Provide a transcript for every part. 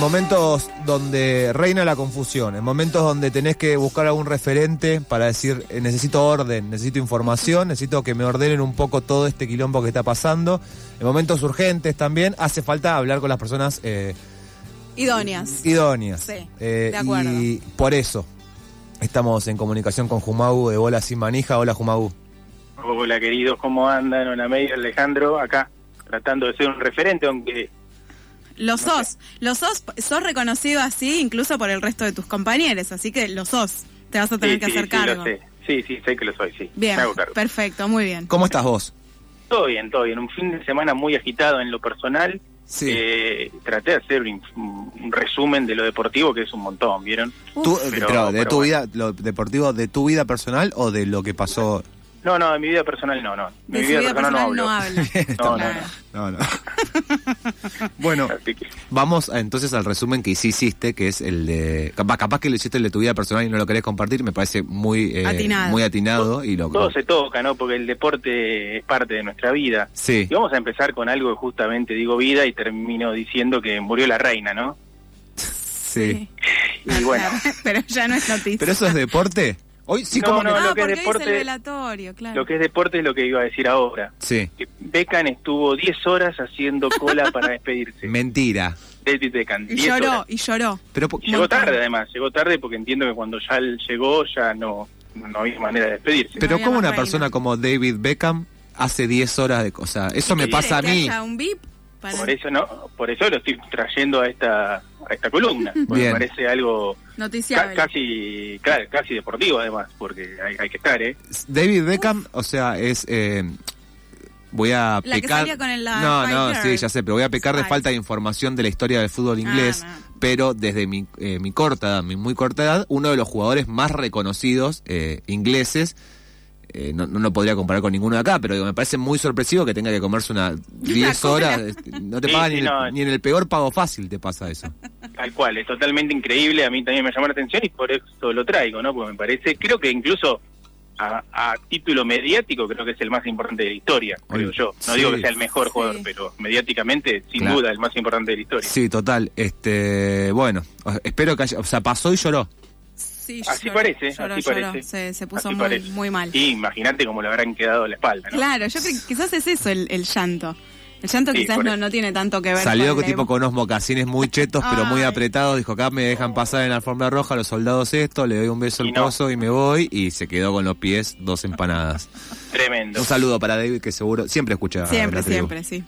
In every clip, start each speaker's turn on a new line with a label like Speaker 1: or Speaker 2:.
Speaker 1: momentos donde reina la confusión, en momentos donde tenés que buscar algún referente para decir eh, necesito orden, necesito información, necesito que me ordenen un poco todo este quilombo que está pasando, en momentos urgentes también hace falta hablar con las personas eh,
Speaker 2: Idóneas.
Speaker 1: idóneas.
Speaker 2: Sí,
Speaker 1: Eh,
Speaker 2: de acuerdo.
Speaker 1: Y por eso estamos en comunicación con Jumagu de Bola Sin Manija. Hola Jumagu.
Speaker 3: Hola queridos, ¿cómo andan? Hola medio Alejandro, acá tratando de ser un referente, aunque
Speaker 2: Lo sos. Lo sos, sos reconocido así incluso por el resto de tus compañeros, así que lo sos. Te vas a tener
Speaker 3: sí,
Speaker 2: que
Speaker 3: sí,
Speaker 2: hacer
Speaker 3: sí,
Speaker 2: cargo.
Speaker 3: lo sé. Sí, sí, sé que lo soy, sí.
Speaker 2: Bien,
Speaker 3: Me hago cargo.
Speaker 2: perfecto, muy bien.
Speaker 1: ¿Cómo estás vos?
Speaker 3: Todo bien, todo bien. Un fin de semana muy agitado en lo personal.
Speaker 1: Sí.
Speaker 3: Eh, traté de hacer un, un resumen de lo deportivo, que es un montón, ¿vieron?
Speaker 1: Tú,
Speaker 3: Uf.
Speaker 1: eh, pero,
Speaker 3: Pero-
Speaker 1: de
Speaker 3: pero
Speaker 1: tu
Speaker 3: bueno.
Speaker 1: vida, lo deportivo, de tu vida personal o de lo que pasó.
Speaker 3: No, no, de mi vida personal no, no.
Speaker 2: De
Speaker 3: Mi
Speaker 2: su vida personal
Speaker 3: no hablo.
Speaker 2: no habla.
Speaker 3: No, no,
Speaker 2: Claro.
Speaker 1: No, no. bueno,
Speaker 3: Así que,
Speaker 1: vamos a- entonces al resumen que sí hiciste, que es el de. Capaz, capaz que lo hiciste el de tu vida personal y no lo querés compartir, me parece muy eh,
Speaker 2: Atinado.
Speaker 1: muy atinado y lo.
Speaker 3: todo se toca, ¿no? Porque el deporte es parte de nuestra vida.
Speaker 1: Sí.
Speaker 3: Y vamos a empezar con algo que justamente digo vida y termino diciendo que murió la reina, ¿no?
Speaker 1: Sí.
Speaker 3: Y bueno.
Speaker 2: Pero ya no es noticia.
Speaker 1: ¿Pero eso es deporte? Hoy sí,
Speaker 3: No,
Speaker 1: como
Speaker 3: no,
Speaker 1: que.
Speaker 2: ah,
Speaker 3: lo que
Speaker 2: porque es
Speaker 3: es
Speaker 2: el
Speaker 3: deporte-
Speaker 2: velatorio, claro.
Speaker 3: Lo que es deporte es lo que iba a decir ahora.
Speaker 1: Sí.
Speaker 3: Que Beckham estuvo 10 horas haciendo cola para despedirse.
Speaker 1: Mentira.
Speaker 3: David Beckham.
Speaker 2: Y
Speaker 3: 10
Speaker 2: lloró,
Speaker 3: horas.
Speaker 2: y lloró.
Speaker 1: Pero, po-
Speaker 3: Y llegó
Speaker 2: montón.
Speaker 3: tarde, además. Llegó tarde porque entiendo que cuando ya él llegó, ya no, no había manera de despedirse.
Speaker 1: pero
Speaker 2: había
Speaker 1: ¿cómo
Speaker 2: más
Speaker 1: una
Speaker 2: reina.
Speaker 1: persona como David Beckham hace 10 horas de cosa? Eso me
Speaker 2: ¿Qué
Speaker 1: pasa a
Speaker 2: querés,
Speaker 1: mí.
Speaker 2: que haya un VIP para-
Speaker 3: Por eso no, por eso lo estoy trayendo a esta a esta columna. porque
Speaker 1: Bien.
Speaker 3: Me parece algo ca-
Speaker 2: Noticiable.
Speaker 3: casi claro, casi deportivo además, porque hay, hay que estar, ¿eh?
Speaker 1: David Beckham, o sea, es. eh, voy a
Speaker 2: La que
Speaker 1: pecar.
Speaker 2: salía con el- uh, la
Speaker 1: no, no,
Speaker 2: Spice
Speaker 1: sí,
Speaker 2: Girl.
Speaker 1: ya sé, pero voy a pecar de
Speaker 2: Spice.
Speaker 1: falta de información de la historia del fútbol inglés.
Speaker 2: Ah, no.
Speaker 1: Pero desde mi, eh, mi corta edad, mi muy corta edad, uno de los jugadores más reconocidos eh, ingleses. eh, no, no lo podría comparar con ninguno de acá, pero digo, me parece muy sorpresivo que tenga que comerse unas 10
Speaker 2: cola.
Speaker 1: horas. este, No te
Speaker 3: Sí,
Speaker 1: pagan
Speaker 3: sí,
Speaker 1: ni, en el-
Speaker 3: no.
Speaker 1: ni en el peor pago fácil te pasa eso.
Speaker 3: Tal cual, es totalmente increíble, a mí también me llamó la atención y por eso lo traigo, ¿no? Porque me parece, creo que incluso a, a título mediático creo que es el más importante de la historia, creo
Speaker 1: Oye,
Speaker 3: yo. No
Speaker 1: sí.
Speaker 3: digo que sea el mejor
Speaker 2: Sí.
Speaker 3: jugador, pero mediáticamente, sin
Speaker 1: Claro.
Speaker 3: duda, el más importante de la historia.
Speaker 1: Sí, total. Este, bueno, o- espero que haya. O sea, pasó y lloró.
Speaker 2: Sí,
Speaker 3: Así
Speaker 2: lloró,
Speaker 3: parece,
Speaker 2: lloró,
Speaker 3: así
Speaker 2: lloró.
Speaker 3: parece.
Speaker 2: Se, se puso
Speaker 3: Así
Speaker 2: muy,
Speaker 3: parece.
Speaker 2: muy mal.
Speaker 3: Y imagínate cómo le habrán quedado a la espalda, ¿no?
Speaker 2: Claro, yo creo que quizás es eso el, el llanto. El llanto
Speaker 3: Sí,
Speaker 2: quizás
Speaker 3: por
Speaker 2: no,
Speaker 3: eso.
Speaker 2: no tiene tanto que ver
Speaker 1: Salió
Speaker 2: con el
Speaker 1: tipo
Speaker 2: emo-
Speaker 1: con unos mocasines muy chetos, pero muy
Speaker 2: Ay.
Speaker 1: apretados. Dijo, acá me dejan pasar en la alfombra roja los soldados esto, le doy un beso
Speaker 3: Y
Speaker 1: al
Speaker 3: no.
Speaker 1: pozo y me voy. Y se quedó con los pies dos empanadas.
Speaker 3: Tremendo.
Speaker 1: Un saludo para David, que seguro siempre escucha. a
Speaker 2: Siempre,
Speaker 1: la tribu.
Speaker 2: siempre, sí.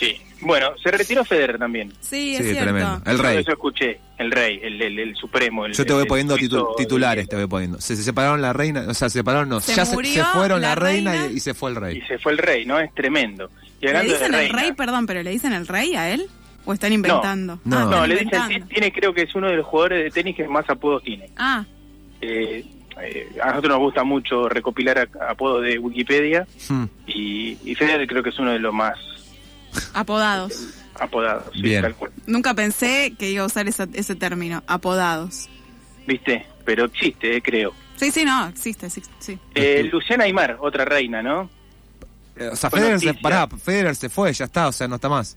Speaker 3: Sí. Bueno, se retiró Federer también.
Speaker 2: Sí,
Speaker 1: Sí,
Speaker 2: es cierto.
Speaker 1: tremendo. El rey.
Speaker 3: Yo escuché, el rey, el, el- el supremo. El,
Speaker 1: Yo te voy
Speaker 3: el
Speaker 1: poniendo
Speaker 3: suizo
Speaker 1: titu- titulares, te voy poniendo. Se, se separaron la reina, o sea, se separaron, no.
Speaker 2: Se
Speaker 1: ya se- se,
Speaker 2: murió
Speaker 1: fueron la,
Speaker 2: la
Speaker 1: reina,
Speaker 2: reina.
Speaker 1: y, y se fue el rey.
Speaker 3: Y se fue el rey, ¿no? Es tremendo. Y
Speaker 2: ¿Le
Speaker 3: hablando de
Speaker 2: dicen el
Speaker 3: reina-
Speaker 2: rey, perdón, pero le dicen el rey a él? ¿O están inventando?
Speaker 1: No,
Speaker 2: Ah,
Speaker 1: no.
Speaker 2: están
Speaker 3: No, le dicen,
Speaker 2: inventando.
Speaker 3: tiene, creo que es uno de los jugadores de tenis que más apodos tiene.
Speaker 2: Ah,
Speaker 3: Eh, eh, a nosotros nos gusta mucho recopilar a- apodos de Wikipedia
Speaker 1: Hmm.
Speaker 3: y, y Federer creo que es uno de los más
Speaker 2: apodados.
Speaker 3: apodados. sí,
Speaker 1: Bien.
Speaker 3: tal cual.
Speaker 2: Nunca pensé que iba a usar esa- ese término, apodados.
Speaker 3: ¿Viste? Pero existe, eh, creo.
Speaker 2: Sí, sí, no, existe, sí. sí.
Speaker 3: Eh, Luciana Aymar, otra reina, ¿no?
Speaker 1: Eh, O sea,
Speaker 3: Fue
Speaker 1: Federer se,
Speaker 3: noticia.
Speaker 1: pará, Federer se fue, ya está, o sea, no está más.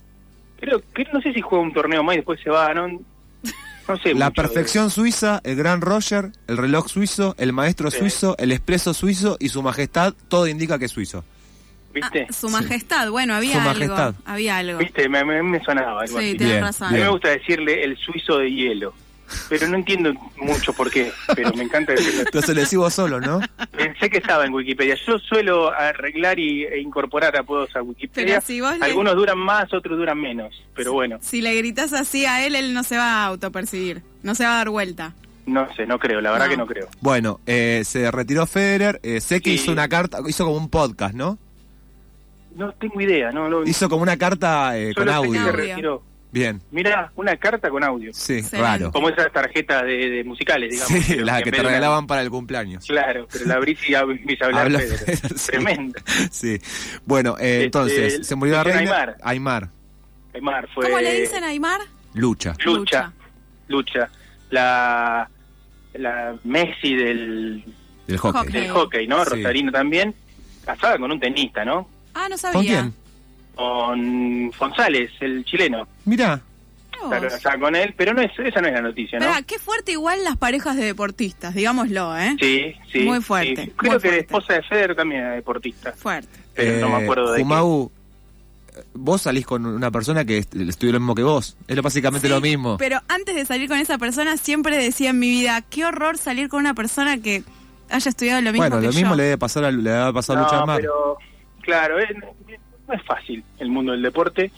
Speaker 3: Creo que no sé si juega un torneo más y después se va, ¿no? No sé.
Speaker 1: La
Speaker 3: mucho de-
Speaker 1: perfección suiza, el gran Roger, el reloj suizo, el maestro
Speaker 3: Sí.
Speaker 1: suizo, el expreso suizo y su majestad, todo indica que es suizo.
Speaker 3: ¿Viste?
Speaker 2: Ah, su majestad, bueno, había
Speaker 1: Su
Speaker 2: algo.
Speaker 1: majestad.
Speaker 2: Había algo.
Speaker 3: ¿Viste? Me, me- me sonaba algo
Speaker 2: Sí,
Speaker 3: así.
Speaker 2: tienes
Speaker 1: Bien,
Speaker 3: A
Speaker 2: razón.
Speaker 3: mí
Speaker 1: bien.
Speaker 3: me gusta decirle el suizo de hielo. Pero no entiendo mucho por qué. Pero me encanta decirle
Speaker 1: Pero se lo decimos solo, ¿no?
Speaker 3: Pensé que estaba en Wikipedia. Yo suelo arreglar y, e incorporar apodos a Wikipedia.
Speaker 2: Pero si vos le-
Speaker 3: Algunos duran más, otros duran menos. Pero bueno,
Speaker 2: Si le gritas así a él, él no se va a autopercibir, no se va a dar vuelta.
Speaker 3: no sé, no creo. La verdad
Speaker 2: No.
Speaker 3: que no creo.
Speaker 1: Bueno, eh, se retiró Federer, eh, sé que
Speaker 3: Sí.
Speaker 1: hizo una carta, hizo como un podcast, ¿no?
Speaker 3: No tengo idea. No, no,
Speaker 1: Hizo como una carta eh,
Speaker 3: solo
Speaker 1: con
Speaker 3: sé que se
Speaker 1: audio.
Speaker 2: re-
Speaker 3: retiró.
Speaker 1: Bien,
Speaker 3: Mirá, una carta con audio.
Speaker 1: sí,
Speaker 2: Excelente.
Speaker 1: raro.
Speaker 3: Como esas tarjetas de, de musicales, digamos.
Speaker 1: Sí, la
Speaker 3: en
Speaker 1: que te
Speaker 3: vez de una-
Speaker 1: regalaban para el cumpleaños.
Speaker 3: Claro, pero la abrís y ab- empieza a hablar.
Speaker 1: Habla
Speaker 3: Pedro.
Speaker 1: Pedro, sí.
Speaker 3: Tremendo.
Speaker 1: Sí. Bueno, eh,
Speaker 3: Este,
Speaker 1: entonces, se murió la
Speaker 3: Luciana
Speaker 1: reina.
Speaker 3: Aymar.
Speaker 1: Aymar,
Speaker 3: Aymar fue.
Speaker 2: ¿Cómo le dicen a Aymar?
Speaker 1: lucha.
Speaker 3: Lucha. Lucha. La, la Messi del,
Speaker 1: Del hockey.
Speaker 2: Hockey.
Speaker 3: del hockey, ¿no?
Speaker 1: Sí.
Speaker 3: Rosarino también. Casada con un tenista, ¿no?
Speaker 2: Ah, no sabía.
Speaker 1: ¿Con quién?
Speaker 3: Con González, el chileno.
Speaker 1: Mirá,
Speaker 2: vos.
Speaker 3: estar allá con él, pero no es, esa no es la noticia, ¿no?
Speaker 1: Ah,
Speaker 2: Pará, qué fuerte igual las parejas de deportistas, digámoslo, ¿eh?
Speaker 3: Sí, sí.
Speaker 2: Muy fuerte,
Speaker 3: sí.
Speaker 2: muy
Speaker 3: Creo que
Speaker 2: fuerte.
Speaker 3: la esposa de Federer también era deportista,
Speaker 2: Fuerte.
Speaker 3: pero no me
Speaker 1: Eh,
Speaker 3: acuerdo de qué.
Speaker 1: Jumau, eh, vos salís con una persona que est- estudió lo mismo que vos. Es lo- básicamente
Speaker 2: Sí,
Speaker 1: lo mismo.
Speaker 2: Pero antes de salir con esa persona siempre decía en mi vida, qué horror salir con una persona que haya estudiado lo mismo
Speaker 1: bueno,
Speaker 2: que
Speaker 1: lo mismo
Speaker 2: yo.
Speaker 1: le debe pasar a, le debe pasar a Lucha
Speaker 3: No,
Speaker 1: Mar.
Speaker 3: pero claro, es- no es fácil el mundo del deporte.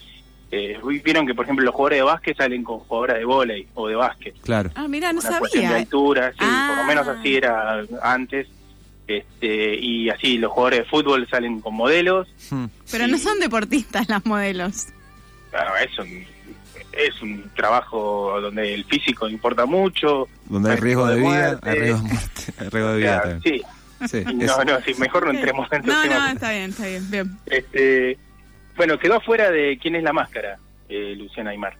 Speaker 3: Eh, vieron que, por ejemplo, los jugadores de básquet salen con jugadoras de vóley o de básquet.
Speaker 1: Claro.
Speaker 2: Ah, mira, no
Speaker 3: una cuestión de
Speaker 2: sabía.
Speaker 3: altura, sí, por
Speaker 2: Ah.
Speaker 3: lo menos así era antes. Este, y así los jugadores de fútbol salen con modelos.
Speaker 1: Hmm.
Speaker 2: Pero no son deportistas las modelos.
Speaker 3: Claro, es un, es un trabajo donde el físico importa mucho.
Speaker 1: Donde hay riesgo de, vida,
Speaker 3: muerte.
Speaker 1: hay riesgo de muerte. Hay riesgo de vida
Speaker 3: Claro,
Speaker 1: también.
Speaker 3: sí,
Speaker 1: Sí, es-
Speaker 3: no, no, sí, mejor no entremos en esos
Speaker 2: No, no,
Speaker 3: temas.
Speaker 2: está bien, está bien, bien.
Speaker 3: Este, bueno, quedó afuera de quién es la máscara, eh, Luciana Aymar.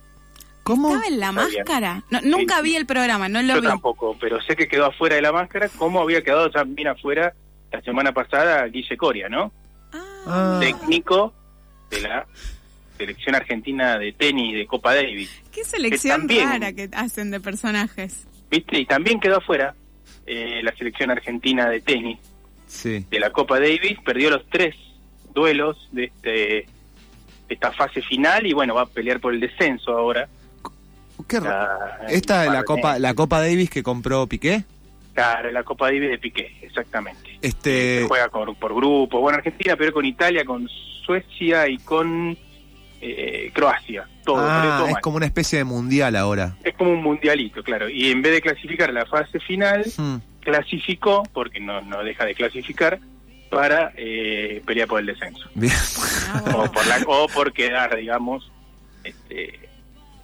Speaker 1: ¿Cómo?
Speaker 2: ¿Estaba en la
Speaker 3: Está bien.
Speaker 2: máscara? No, nunca
Speaker 3: Sí.
Speaker 2: vi el programa, no lo
Speaker 3: Yo
Speaker 2: vi.
Speaker 3: tampoco, pero sé que quedó afuera de la máscara, como había quedado también afuera la semana pasada Guille Coria, ¿no?
Speaker 1: Ah.
Speaker 3: Técnico de la selección argentina de tenis de Copa Davis,
Speaker 2: Qué selección
Speaker 3: Que también-
Speaker 2: rara que hacen de personajes.
Speaker 3: ¿viste? Y también quedó afuera eh, la selección argentina de tenis
Speaker 1: Sí.
Speaker 3: de la Copa Davis, perdió los tres duelos de este de esta fase final y bueno, va a pelear por el descenso ahora. Ah,
Speaker 1: Qué raro.
Speaker 3: La-
Speaker 1: Esta es la
Speaker 3: Martínez.
Speaker 1: copa, la copa Davis que compró Piqué.
Speaker 3: Claro, la Copa Davis de Piqué, exactamente.
Speaker 1: Este,
Speaker 3: Se juega con- por grupo. Bueno, Argentina pero con Italia, con Suecia y con eh, Croacia. Todo, pero
Speaker 1: ah,
Speaker 3: todo
Speaker 1: es
Speaker 3: mal.
Speaker 1: como una especie de mundial ahora.
Speaker 3: Es como un mundialito, claro. Y en vez de clasificar a la fase final,
Speaker 1: Hmm.
Speaker 3: clasificó, porque no, no deja de clasificar, para eh, pelear por el descenso.
Speaker 1: Bien.
Speaker 2: Ah, bueno.
Speaker 3: O por, la, o por quedar, digamos, este,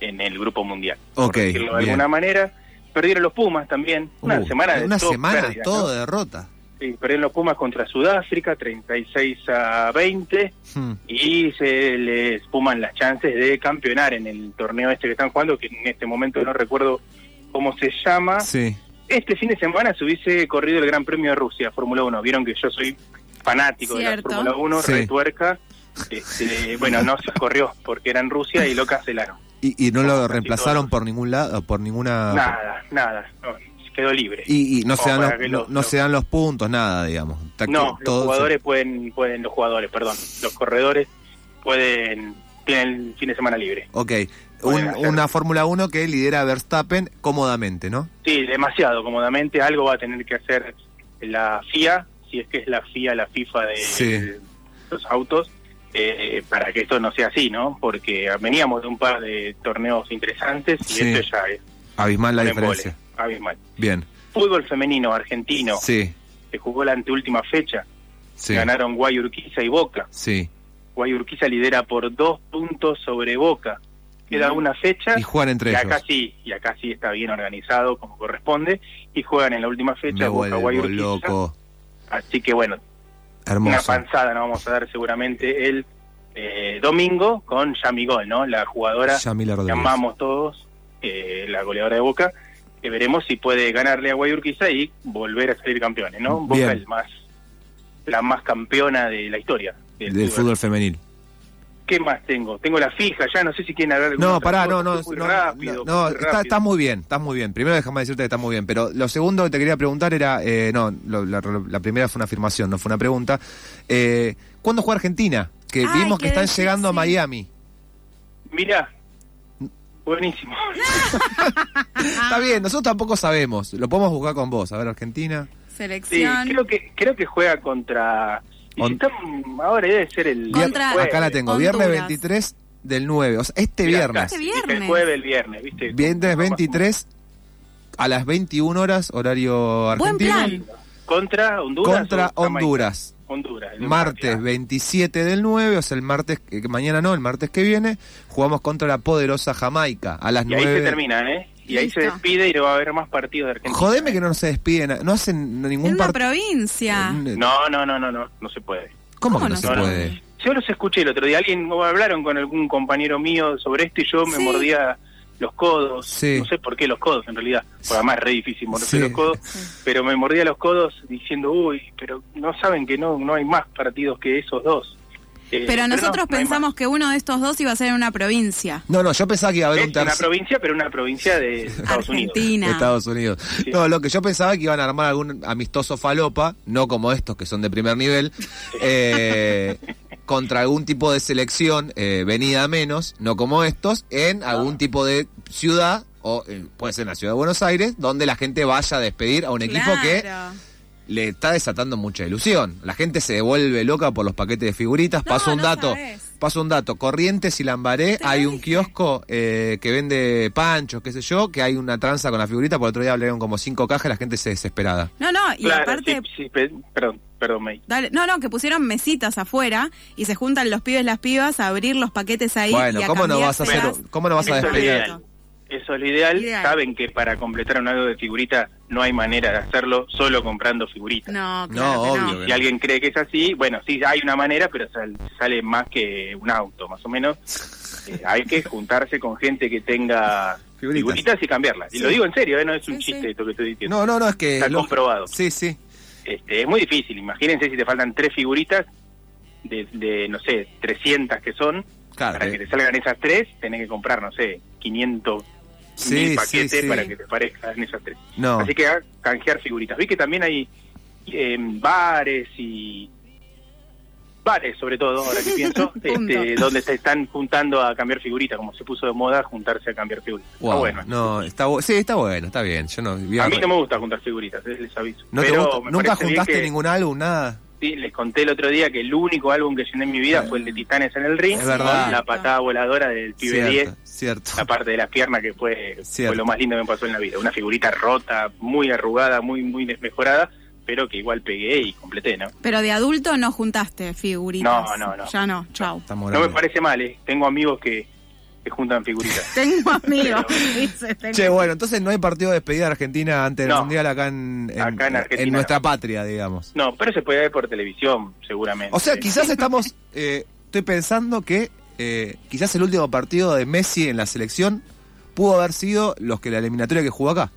Speaker 3: en el grupo mundial. Por
Speaker 1: Ok,
Speaker 3: decirlo de
Speaker 1: bien.
Speaker 3: alguna manera. Perdieron los Pumas también. Una
Speaker 1: Uh,
Speaker 3: semana de
Speaker 1: una
Speaker 3: todo
Speaker 1: semana,
Speaker 3: pérdida, ¿no?
Speaker 1: todo de derrota.
Speaker 3: Sí, perdieron los Pumas contra Sudáfrica, 36 a 20,
Speaker 1: Hmm.
Speaker 3: y se les puman las chances de campeonar en el torneo este que están jugando, que en este momento no recuerdo cómo se llama.
Speaker 1: Sí.
Speaker 3: Este fin de semana se hubiese corrido el Gran Premio de Rusia, Fórmula 1. Vieron que yo soy fanático
Speaker 2: Cierto.
Speaker 3: de la Fórmula 1,
Speaker 1: Sí.
Speaker 3: retuerca. Este, bueno, no se corrió porque era en Rusia y lo cancelaron.
Speaker 1: Y, y no lo
Speaker 3: Casi
Speaker 1: reemplazaron
Speaker 3: todos.
Speaker 1: por ningún lado, por ninguna.
Speaker 3: Nada, nada, no, quedó libre.
Speaker 1: Ah. Y, y no,
Speaker 3: Como
Speaker 1: se dan
Speaker 3: para
Speaker 1: los,
Speaker 3: que
Speaker 1: no,
Speaker 3: los-
Speaker 1: no se dan los puntos, nada, digamos. Está
Speaker 3: No,
Speaker 1: que todo
Speaker 3: los
Speaker 1: se-
Speaker 3: jugadores pueden, pueden, los jugadores, perdón, los corredores pueden, tienen el fin de semana libre.
Speaker 1: Ok.
Speaker 3: Pueden
Speaker 1: Un-
Speaker 3: hacer-
Speaker 1: una Fórmula 1 que lidera Verstappen cómodamente, ¿no?
Speaker 3: Sí, demasiado cómodamente, algo va a tener que hacer la FIA, si es que es la FIA, la FIFA de
Speaker 1: Sí.
Speaker 3: los autos, eh, para que esto no sea así, ¿no? Porque veníamos de un par de torneos interesantes y
Speaker 1: Sí.
Speaker 3: esto ya es
Speaker 1: Abismal la
Speaker 3: un
Speaker 1: diferencia.
Speaker 3: embole, abismal.
Speaker 1: Bien.
Speaker 3: Fútbol femenino argentino,
Speaker 1: Sí.
Speaker 3: se jugó la anteúltima fecha,
Speaker 1: Sí.
Speaker 3: ganaron Guayurquiza y Boca.
Speaker 1: Sí.
Speaker 3: Guayurquiza lidera por dos puntos sobre Boca. Queda una fecha
Speaker 1: Mm. Y juegan entre
Speaker 3: y
Speaker 1: ellos.
Speaker 3: acá sí, y acá sí está bien organizado como corresponde y juegan en la última
Speaker 1: Me
Speaker 3: fecha Boca
Speaker 1: vuelvo
Speaker 3: Guayurquiza.
Speaker 1: loco.
Speaker 3: Así que bueno, una
Speaker 1: Hermoso.
Speaker 3: panzada nos vamos a dar seguramente el eh, domingo con Yamigol, ¿no? La jugadora
Speaker 1: Yamila
Speaker 3: que
Speaker 1: Rodríguez.
Speaker 3: amamos todos, eh, la goleadora de Boca, que veremos si puede ganarle a Guayurquiza y volver a salir campeones, ¿no?
Speaker 1: Bien.
Speaker 3: Boca es más la más campeona de la historia del,
Speaker 1: Del
Speaker 3: fútbol.
Speaker 1: fútbol femenil.
Speaker 3: ¿Qué más tengo? Tengo la fija, ya no sé si quieren hablar de
Speaker 1: No,
Speaker 3: alguna
Speaker 1: pará,
Speaker 3: otra
Speaker 1: no,
Speaker 3: cosa,
Speaker 1: no,
Speaker 3: fue muy
Speaker 1: no, no, no,
Speaker 3: rápido, fue muy
Speaker 1: está,
Speaker 3: rápido.
Speaker 1: está muy bien, estás muy bien. Primero déjame decirte que estás muy bien, pero lo segundo que te quería preguntar era, eh, no, lo- la, la primera fue una afirmación, no fue una pregunta. Eh, ¿Cuándo juega Argentina? Que
Speaker 2: Ay,
Speaker 1: vimos que
Speaker 2: qué
Speaker 1: están
Speaker 2: decir,
Speaker 1: llegando a
Speaker 2: sí.
Speaker 1: Miami.
Speaker 3: Mirá, buenísimo.
Speaker 2: Ah.
Speaker 1: Está bien, nosotros tampoco sabemos, lo podemos buscar con vos. A ver, Argentina.
Speaker 3: Sí,
Speaker 2: Selección.
Speaker 3: creo que creo que juega contra. y si
Speaker 1: On-
Speaker 3: está- ahora debe ser el.
Speaker 1: Vier-
Speaker 2: Contra-
Speaker 3: jueves.
Speaker 1: acá la tengo, viernes
Speaker 2: Honduras.
Speaker 1: 23 del 9, o sea, este
Speaker 3: Mirá,
Speaker 1: viernes.
Speaker 3: acá,
Speaker 2: Este
Speaker 3: dije
Speaker 2: viernes.
Speaker 3: El jueves, el viernes, ¿viste?
Speaker 1: Viernes
Speaker 3: Como-
Speaker 1: 23 a las 21 horas, horario
Speaker 2: Buen
Speaker 1: argentino.
Speaker 2: plan.
Speaker 3: Contra Honduras.
Speaker 1: Contra
Speaker 3: o Jamaica?
Speaker 1: Honduras.
Speaker 3: Honduras. el
Speaker 1: Martes
Speaker 3: partido.
Speaker 1: 27 del 9, o sea, el martes, eh, que que mañana no, el martes que viene, jugamos contra la poderosa Jamaica a las
Speaker 3: Y ahí
Speaker 1: 9.
Speaker 3: se termina, ¿eh? Y ahí se
Speaker 2: Listo.
Speaker 3: despide y no va a haber más partidos de Argentina.
Speaker 1: Jodeme que no se despiden, no hacen
Speaker 2: En
Speaker 1: ningún
Speaker 2: una
Speaker 1: partido.
Speaker 2: provincia.
Speaker 3: No, no, no, no, no, no se puede.
Speaker 1: ¿Cómo que
Speaker 2: ¿Cómo
Speaker 1: no
Speaker 2: no
Speaker 1: se
Speaker 3: se
Speaker 1: puede?
Speaker 3: Yo los escuché el otro día. Alguien o hablaron con algún compañero mío sobre esto y yo me
Speaker 2: Sí.
Speaker 3: mordía los codos.
Speaker 1: Sí.
Speaker 3: No sé por qué los codos en realidad. Porque además es re difícil morderse
Speaker 1: Sí.
Speaker 3: los codos.
Speaker 2: Sí.
Speaker 3: Pero me mordía los codos diciendo, uy, pero no saben que no, no hay más partidos que esos dos. Eh,
Speaker 2: Pero
Speaker 3: no,
Speaker 2: nosotros
Speaker 3: no hay
Speaker 2: pensamos que uno de estos dos iba a ser en una provincia.
Speaker 1: No, no, yo pensaba que iba a haber
Speaker 3: más.
Speaker 1: un
Speaker 3: Es una
Speaker 1: tercero.
Speaker 3: provincia, pero una provincia de Estados Unidos.
Speaker 2: Argentina.
Speaker 1: de Estados Unidos.
Speaker 3: Sí.
Speaker 1: No, lo que yo pensaba que iban a armar algún amistoso falopa, no como estos que son de primer nivel, eh, contra algún tipo de selección eh, venida menos, no como estos, en algún tipo de ciudad, o eh, puede ser en la ciudad de Buenos Aires, donde la gente vaya a despedir a un equipo que
Speaker 2: Claro.
Speaker 1: le está desatando mucha ilusión. La gente se devuelve loca por los paquetes de figuritas.
Speaker 2: No,
Speaker 1: Paso un
Speaker 2: no
Speaker 1: dato.
Speaker 2: sabés.
Speaker 1: Paso un dato. Corrientes y Lambaré,
Speaker 2: Te lo
Speaker 1: hay un
Speaker 2: dije.
Speaker 1: kiosco eh, que vende panchos, qué sé yo, que hay una tranza con la figurita. Por otro día hablaron como cinco cajas, la gente se desesperada.
Speaker 2: No, no, y
Speaker 3: Claro,
Speaker 2: aparte...
Speaker 3: sí, sí, pe- perdón, perdón, May.
Speaker 2: dale- no, no, que pusieron mesitas afuera y se juntan los pibes las pibas a abrir los paquetes ahí.
Speaker 1: Bueno,
Speaker 2: y a
Speaker 1: ¿cómo no vas a hacer-
Speaker 2: cambiárselas.
Speaker 1: cómo no vas a
Speaker 3: Eso es lo
Speaker 1: despedir?
Speaker 3: ideal. Eso es lo ideal.
Speaker 2: Ideal.
Speaker 3: Saben que para completar un algo de figurita no hay manera de hacerlo solo comprando figuritas.
Speaker 2: No, claro
Speaker 1: No,
Speaker 2: que
Speaker 1: obvio que
Speaker 3: Si alguien cree que es así, bueno, sí, hay una manera, pero sal- sale más que un auto, más o menos. Eh, hay que juntarse con gente que tenga
Speaker 1: Figuritas.
Speaker 3: figuritas, y cambiarlas. Y
Speaker 2: Sí.
Speaker 3: lo digo en serio, eh, no es un
Speaker 2: Sí,
Speaker 3: chiste
Speaker 2: sí.
Speaker 3: esto que estoy diciendo.
Speaker 1: No, no, no, es que.
Speaker 3: Está
Speaker 1: lo-
Speaker 3: comprobado.
Speaker 1: Sí, sí.
Speaker 3: Este, es muy difícil, imagínense si te faltan tres figuritas de, de, no sé, 300 que son.
Speaker 1: Claro,
Speaker 3: para
Speaker 1: eh.
Speaker 3: que te salgan esas tres, tenés que comprar, no sé, 500
Speaker 1: Sí,
Speaker 3: mil
Speaker 1: sí,
Speaker 3: paquetes
Speaker 1: sí.
Speaker 3: para que te parezcan esas tres.
Speaker 1: No.
Speaker 3: Así que a canjear figuritas. Vi que también hay eh, bares y bares sobre todo ahora que pienso este,
Speaker 2: Punto.
Speaker 3: donde se están juntando a cambiar figuritas como se puso de moda juntarse a cambiar figuritas Está
Speaker 1: Wow,
Speaker 3: bueno.
Speaker 1: No, está bu- sí, está bueno, está bien. Yo no.
Speaker 3: a mí no me gusta juntar figuritas eh, les aviso
Speaker 1: ¿No te
Speaker 3: Pero
Speaker 1: gusta?
Speaker 3: me
Speaker 1: ¿Nunca
Speaker 3: parece bien
Speaker 1: juntaste
Speaker 3: que-
Speaker 1: ningún álbum, nada?
Speaker 3: sí, les conté el otro día que el único álbum que llené en mi vida fue el de Titanes en el Ring
Speaker 1: Es verdad.
Speaker 3: con la patada voladora del pibe 10
Speaker 1: Cierto, cierto.
Speaker 3: la parte de las piernas que fue,
Speaker 1: Cierto.
Speaker 3: fue lo más lindo que me pasó en la vida. Una figurita rota, muy arrugada, muy, muy desmejorada, pero que igual pegué y completé, ¿no?
Speaker 2: Pero de adulto no juntaste figuritas.
Speaker 3: No, no, no.
Speaker 2: Ya no, chau.
Speaker 1: Estamos
Speaker 3: No me
Speaker 1: grandes.
Speaker 3: parece mal, ¿eh? Tengo amigos que, que juntan figuritas.
Speaker 2: Tengo amigos.
Speaker 3: Pero-
Speaker 2: dice, tengo-
Speaker 1: Che, bueno, entonces no hay partido de despedida de Argentina antes del
Speaker 3: No.
Speaker 1: Mundial acá en, en-
Speaker 3: Acá en Argentina.
Speaker 1: en nuestra patria, digamos.
Speaker 3: No, pero se puede ver por televisión, seguramente.
Speaker 1: O sea, quizás estamos, eh, estoy pensando que eh, quizás el último partido de Messi en la selección pudo haber sido los que la eliminatoria que jugó acá.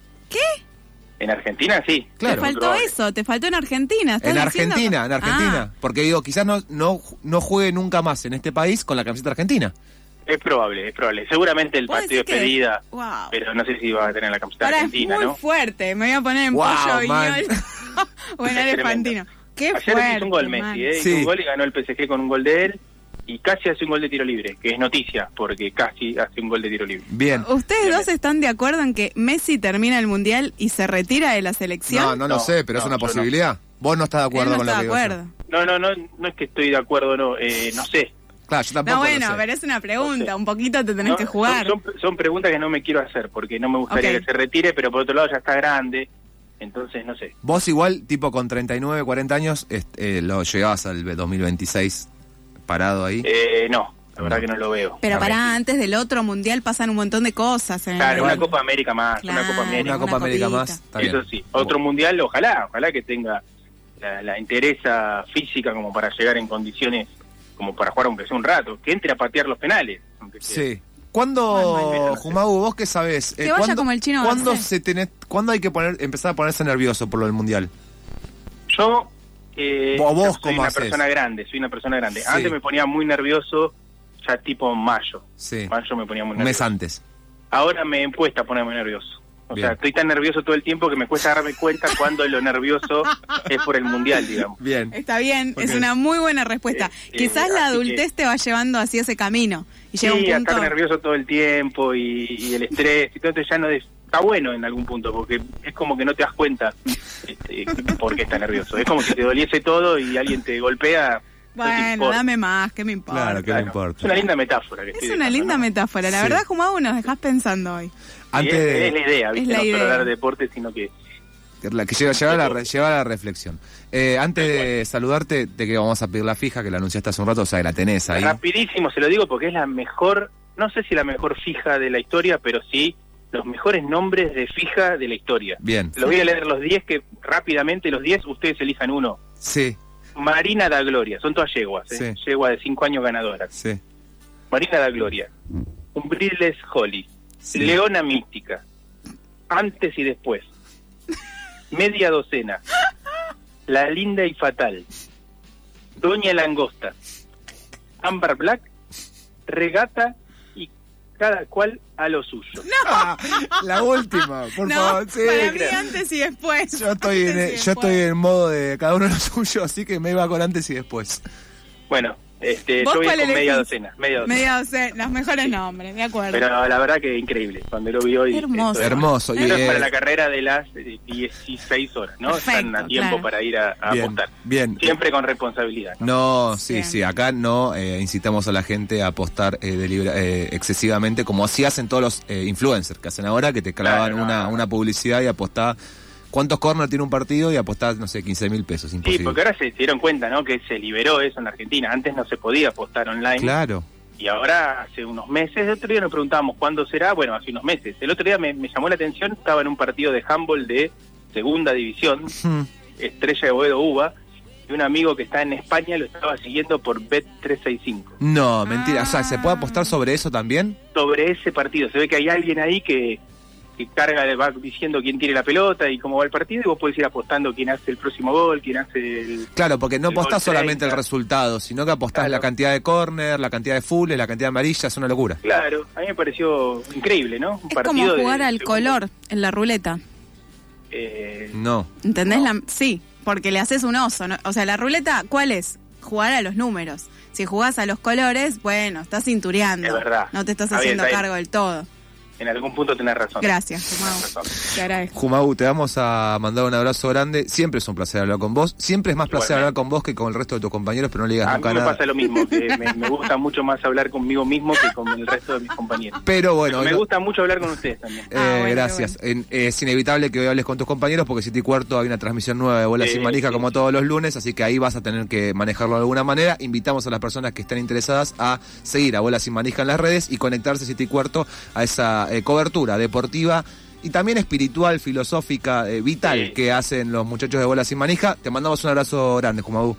Speaker 3: En Argentina, sí.
Speaker 1: Claro.
Speaker 2: Te
Speaker 3: Es
Speaker 2: faltó
Speaker 3: probable.
Speaker 2: eso, te faltó en Argentina. ¿estás
Speaker 1: En
Speaker 2: diciendo?
Speaker 1: Argentina, en Argentina.
Speaker 2: Ah,
Speaker 1: Porque digo, quizás no, no, no juegue nunca más en este país con la camiseta argentina.
Speaker 3: Es probable, es probable. Seguramente el
Speaker 2: ¿Vos
Speaker 3: partido es
Speaker 2: decís que-
Speaker 3: pedida,
Speaker 2: Wow.
Speaker 3: pero no sé si va a tener la camiseta
Speaker 2: Ahora es muy
Speaker 3: argentina, ¿no?
Speaker 2: fuerte, me voy a poner en
Speaker 1: Wow,
Speaker 2: pollo
Speaker 1: man.
Speaker 2: viñol. bueno,
Speaker 3: Es
Speaker 2: eres
Speaker 3: tremendo.
Speaker 2: fantino. Qué
Speaker 3: Ayer
Speaker 2: fuerte.
Speaker 3: hizo un gol
Speaker 2: man.
Speaker 3: Messi, ¿eh? Hizo
Speaker 1: Sí.
Speaker 3: un gol y ganó el PSG con un gol de él. Y casi hace un gol de tiro libre, que es noticia, porque casi hace un gol de tiro libre.
Speaker 1: Bien.
Speaker 2: ¿Ustedes dos están de acuerdo en que Messi termina el mundial y se retira de la selección?
Speaker 1: No, no lo
Speaker 3: No,
Speaker 1: sé, pero es
Speaker 3: no,
Speaker 1: una
Speaker 3: yo no.
Speaker 1: posibilidad. Vos no estás de
Speaker 2: Él
Speaker 1: acuerdo
Speaker 2: no
Speaker 1: con
Speaker 2: está
Speaker 1: la
Speaker 2: de
Speaker 1: que digo yo.
Speaker 2: acuerdo.
Speaker 3: No, no, no, no es que estoy de acuerdo, no, eh, no sé.
Speaker 1: Claro, yo tampoco
Speaker 2: No,
Speaker 1: lo
Speaker 2: bueno,
Speaker 1: sé.
Speaker 2: pero es una pregunta,
Speaker 3: No sé.
Speaker 2: un poquito te tenés
Speaker 3: No,
Speaker 2: que jugar.
Speaker 3: Son, son- son preguntas que no me quiero hacer porque no me gustaría
Speaker 2: Ok.
Speaker 3: que se retire, pero por otro lado ya está grande, entonces no sé.
Speaker 1: Vos igual, tipo con 39, 40 años, este, eh, lo llegabas al 2026 parado ahí.
Speaker 3: Eh, no, la verdad que no lo veo.
Speaker 2: Pero
Speaker 1: A
Speaker 2: pará, antes del otro mundial pasan un montón de cosas. En el
Speaker 3: Claro, una
Speaker 2: mundial.
Speaker 3: Copa América más,
Speaker 2: Claro.
Speaker 3: una Copa América.
Speaker 1: una
Speaker 2: una
Speaker 1: Copa América
Speaker 2: copita.
Speaker 1: más. Está
Speaker 3: Eso
Speaker 1: bien.
Speaker 3: sí, otro mundial, ojalá, ojalá que tenga la, la entereza física como para llegar en condiciones como para jugar aunque sea un rato, que entre a patear los penales. aunque sea.
Speaker 1: Sí.
Speaker 3: Ay,
Speaker 1: ¿Cuándo,
Speaker 3: mal.
Speaker 1: Jumagu, vos qué sabés? Eh,
Speaker 2: Que vaya
Speaker 1: ¿cuándo,
Speaker 2: como el chino
Speaker 1: ¿cuándo,
Speaker 2: Garcés.
Speaker 1: se tenés- ¿Cuándo hay que poner, empezar a ponerse nervioso por lo del mundial?
Speaker 3: Yo eh,
Speaker 1: Vos- vos
Speaker 3: soy
Speaker 1: cómo
Speaker 3: una
Speaker 1: haces.
Speaker 3: persona grande, soy una persona grande.
Speaker 1: Sí.
Speaker 3: Antes me ponía muy nervioso, ya tipo en mayo.
Speaker 1: Sí.
Speaker 3: Mayo me ponía muy
Speaker 1: Un mes
Speaker 3: nervioso.
Speaker 1: antes.
Speaker 3: Ahora me cuesta ponerme nervioso. O
Speaker 1: Bien.
Speaker 3: sea, estoy tan nervioso todo el tiempo que me cuesta darme cuenta cuando lo nervioso es por el mundial, digamos.
Speaker 1: Bien.
Speaker 2: Está bien,
Speaker 1: Ok.
Speaker 2: es una muy buena respuesta.
Speaker 3: Eh, eh,
Speaker 2: Quizás la
Speaker 3: así
Speaker 2: adultez te va llevando hacia ese camino. Y
Speaker 3: Sí,
Speaker 2: llega
Speaker 3: a
Speaker 2: un punto.
Speaker 3: estar nervioso todo el tiempo y, y el estrés y todo, entonces ya no es- está bueno en algún punto porque es como que no te das cuenta este, por qué estás nervioso. Es como si te doliese todo y alguien te golpea. no te
Speaker 2: bueno,
Speaker 3: importa.
Speaker 2: dame más, que me importa.
Speaker 1: Claro, que no importa.
Speaker 3: Es una linda metáfora. Que
Speaker 2: Es
Speaker 3: estoy
Speaker 2: una
Speaker 3: dejando,
Speaker 2: linda
Speaker 3: ¿no?
Speaker 2: metáfora. La
Speaker 1: Sí.
Speaker 2: verdad, Jumago, nos dejás pensando hoy.
Speaker 1: Antes
Speaker 3: Sí, es, es
Speaker 1: de
Speaker 3: la idea, ¿viste?
Speaker 2: la
Speaker 3: no
Speaker 2: idea.
Speaker 3: solo hablar de deporte, sino que
Speaker 1: la que lleva, lleva a
Speaker 3: Eh,
Speaker 1: la, re- lleva a la reflexión. Eh, antes de saludarte, te que vamos a pedir la fija que la anunciaste hace un rato, o sea, que la tenés ahí.
Speaker 3: rapidísimo se lo digo porque es la mejor, no sé si la mejor fija de la historia, pero sí los mejores nombres de fija de la historia.
Speaker 1: Bien.
Speaker 3: Los voy a leer los 10 que rápidamente, los 10, ustedes elijan uno.
Speaker 1: Sí,
Speaker 3: Marina da Gloria, son todas yeguas, ¿eh?
Speaker 1: Sí.
Speaker 3: yegua de 5 años ganadoras.
Speaker 1: sí.
Speaker 3: Marina da Gloria,
Speaker 1: Mm.
Speaker 3: Umbriles Holly,
Speaker 1: sí.
Speaker 3: Leona Mística, antes y después, media docena, la linda y fatal, Doña Langosta, Amber Black, regata y cada cual a lo suyo.
Speaker 1: Ah, la última, por
Speaker 2: no,
Speaker 1: favor. Sí,
Speaker 2: para mí
Speaker 1: creo.
Speaker 2: antes y después.
Speaker 1: yo estoy, en, eh, e,
Speaker 2: Antes y
Speaker 1: yo estoy
Speaker 2: después.
Speaker 1: en modo de cada uno lo suyo, así que me iba con antes y después.
Speaker 3: Bueno, este,
Speaker 2: ¿Vos
Speaker 3: yo voy con
Speaker 2: cuál
Speaker 3: media
Speaker 2: elegís?
Speaker 3: docena, media
Speaker 1: e.
Speaker 3: docena.
Speaker 2: Media docena, los mejores nombres, de acuerdo.
Speaker 3: Pero la verdad que increíble, cuando lo vi hoy.
Speaker 2: Hermoso.
Speaker 3: esto es-
Speaker 1: Hermoso.
Speaker 3: Esto es
Speaker 1: bien.
Speaker 3: para la carrera de las eh, 16 horas, ¿no? Están a
Speaker 2: Perfecto,
Speaker 3: tiempo
Speaker 2: claro.
Speaker 3: para ir a, a
Speaker 1: bien,
Speaker 3: apostar.
Speaker 1: bien.
Speaker 3: Siempre con responsabilidad. ¿no?
Speaker 1: No, sí,
Speaker 2: Bien.
Speaker 1: sí, acá no eh, incitamos a la gente a apostar eh, delibera- eh, excesivamente, como así hacen todos los eh, influencers que hacen ahora, que te clavan
Speaker 3: Claro,
Speaker 1: una,
Speaker 3: no.
Speaker 1: una publicidad y apostás cuántos corners tiene un partido y apostás, no sé, 15 mil pesos.
Speaker 3: Sí,
Speaker 1: Imposible.
Speaker 3: porque ahora se dieron cuenta, ¿no? Que se liberó eso en la Argentina. Antes no se podía apostar online.
Speaker 1: Claro.
Speaker 3: Y ahora, hace unos meses, el otro día nos preguntábamos cuándo será. Bueno, hace unos meses. El otro día me, me llamó la atención, estaba en un partido de handball de segunda división,
Speaker 1: Hmm.
Speaker 3: Estrella de Boedo Uva, y un amigo que está en España lo estaba siguiendo por Bet365.
Speaker 1: No, mentira. O sea, ¿se puede
Speaker 2: Ah.
Speaker 1: apostar sobre eso también?
Speaker 3: sobre ese partido. Se ve que hay alguien ahí que, que carga, va diciendo quién tiene la pelota y cómo va el partido, y vos podés ir apostando quién hace el próximo gol, quién hace el.
Speaker 1: Claro, porque no
Speaker 3: El gol
Speaker 1: apostás solamente
Speaker 3: 30.
Speaker 1: el resultado, sino que apostás
Speaker 3: Claro.
Speaker 1: la cantidad de corner, la cantidad de full, la cantidad de amarillas, es una locura.
Speaker 3: Claro, a mí me pareció increíble, ¿no? Un
Speaker 2: es como
Speaker 3: de-
Speaker 2: jugar al
Speaker 3: de-
Speaker 2: color en la ruleta.
Speaker 3: eh,
Speaker 1: No.
Speaker 2: ¿Entendés?
Speaker 3: No.
Speaker 2: La, sí, porque le haces un oso. ¿no? O sea, la ruleta, ¿cuál es? Jugar a los números. Si jugás a los colores, bueno, estás cintureando.
Speaker 3: Es verdad.
Speaker 2: No te estás
Speaker 3: Está bien,
Speaker 2: haciendo
Speaker 3: está bien.
Speaker 2: cargo del todo.
Speaker 3: en algún punto tenés razón.
Speaker 2: Gracias, Mau.
Speaker 3: Tenés razón.
Speaker 2: Te agradezco.
Speaker 1: Jumau, te vamos a mandar un abrazo grande. Siempre es un placer hablar con vos. Siempre es más placer
Speaker 3: Igualmente.
Speaker 1: hablar con vos que con el resto de tus compañeros, pero no le digas
Speaker 3: A mí
Speaker 1: nunca
Speaker 3: me
Speaker 1: nada.
Speaker 3: pasa lo mismo, que me, me gusta mucho más hablar conmigo mismo que con el resto de mis compañeros.
Speaker 1: Pero bueno,
Speaker 3: me
Speaker 1: hoy no-
Speaker 3: gusta mucho hablar con ustedes también.
Speaker 1: eh,
Speaker 2: Ah, bueno,
Speaker 1: gracias. En- eh, es inevitable que hoy hables con tus compañeros porque siete y cuarto hay una transmisión nueva de Bola
Speaker 3: Eh,
Speaker 1: sin Manija
Speaker 3: sí.
Speaker 1: como todos los lunes, así que ahí vas a tener que manejarlo de alguna manera. Invitamos a las personas que estén interesadas a seguir a Bola sin Manija en las redes y conectarse siete y cuarto a esa eh, cobertura deportiva y también espiritual, filosófica, eh, vital
Speaker 3: Sí.
Speaker 1: que hacen los muchachos de Bola sin Manija. Te mandamos un abrazo grande, Jumau.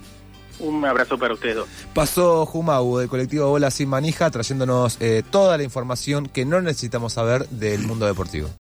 Speaker 3: Un abrazo para ustedes dos.
Speaker 1: Pasó Jumau del colectivo Bola Sin Manija trayéndonos eh, toda la información que no necesitamos saber del mundo deportivo.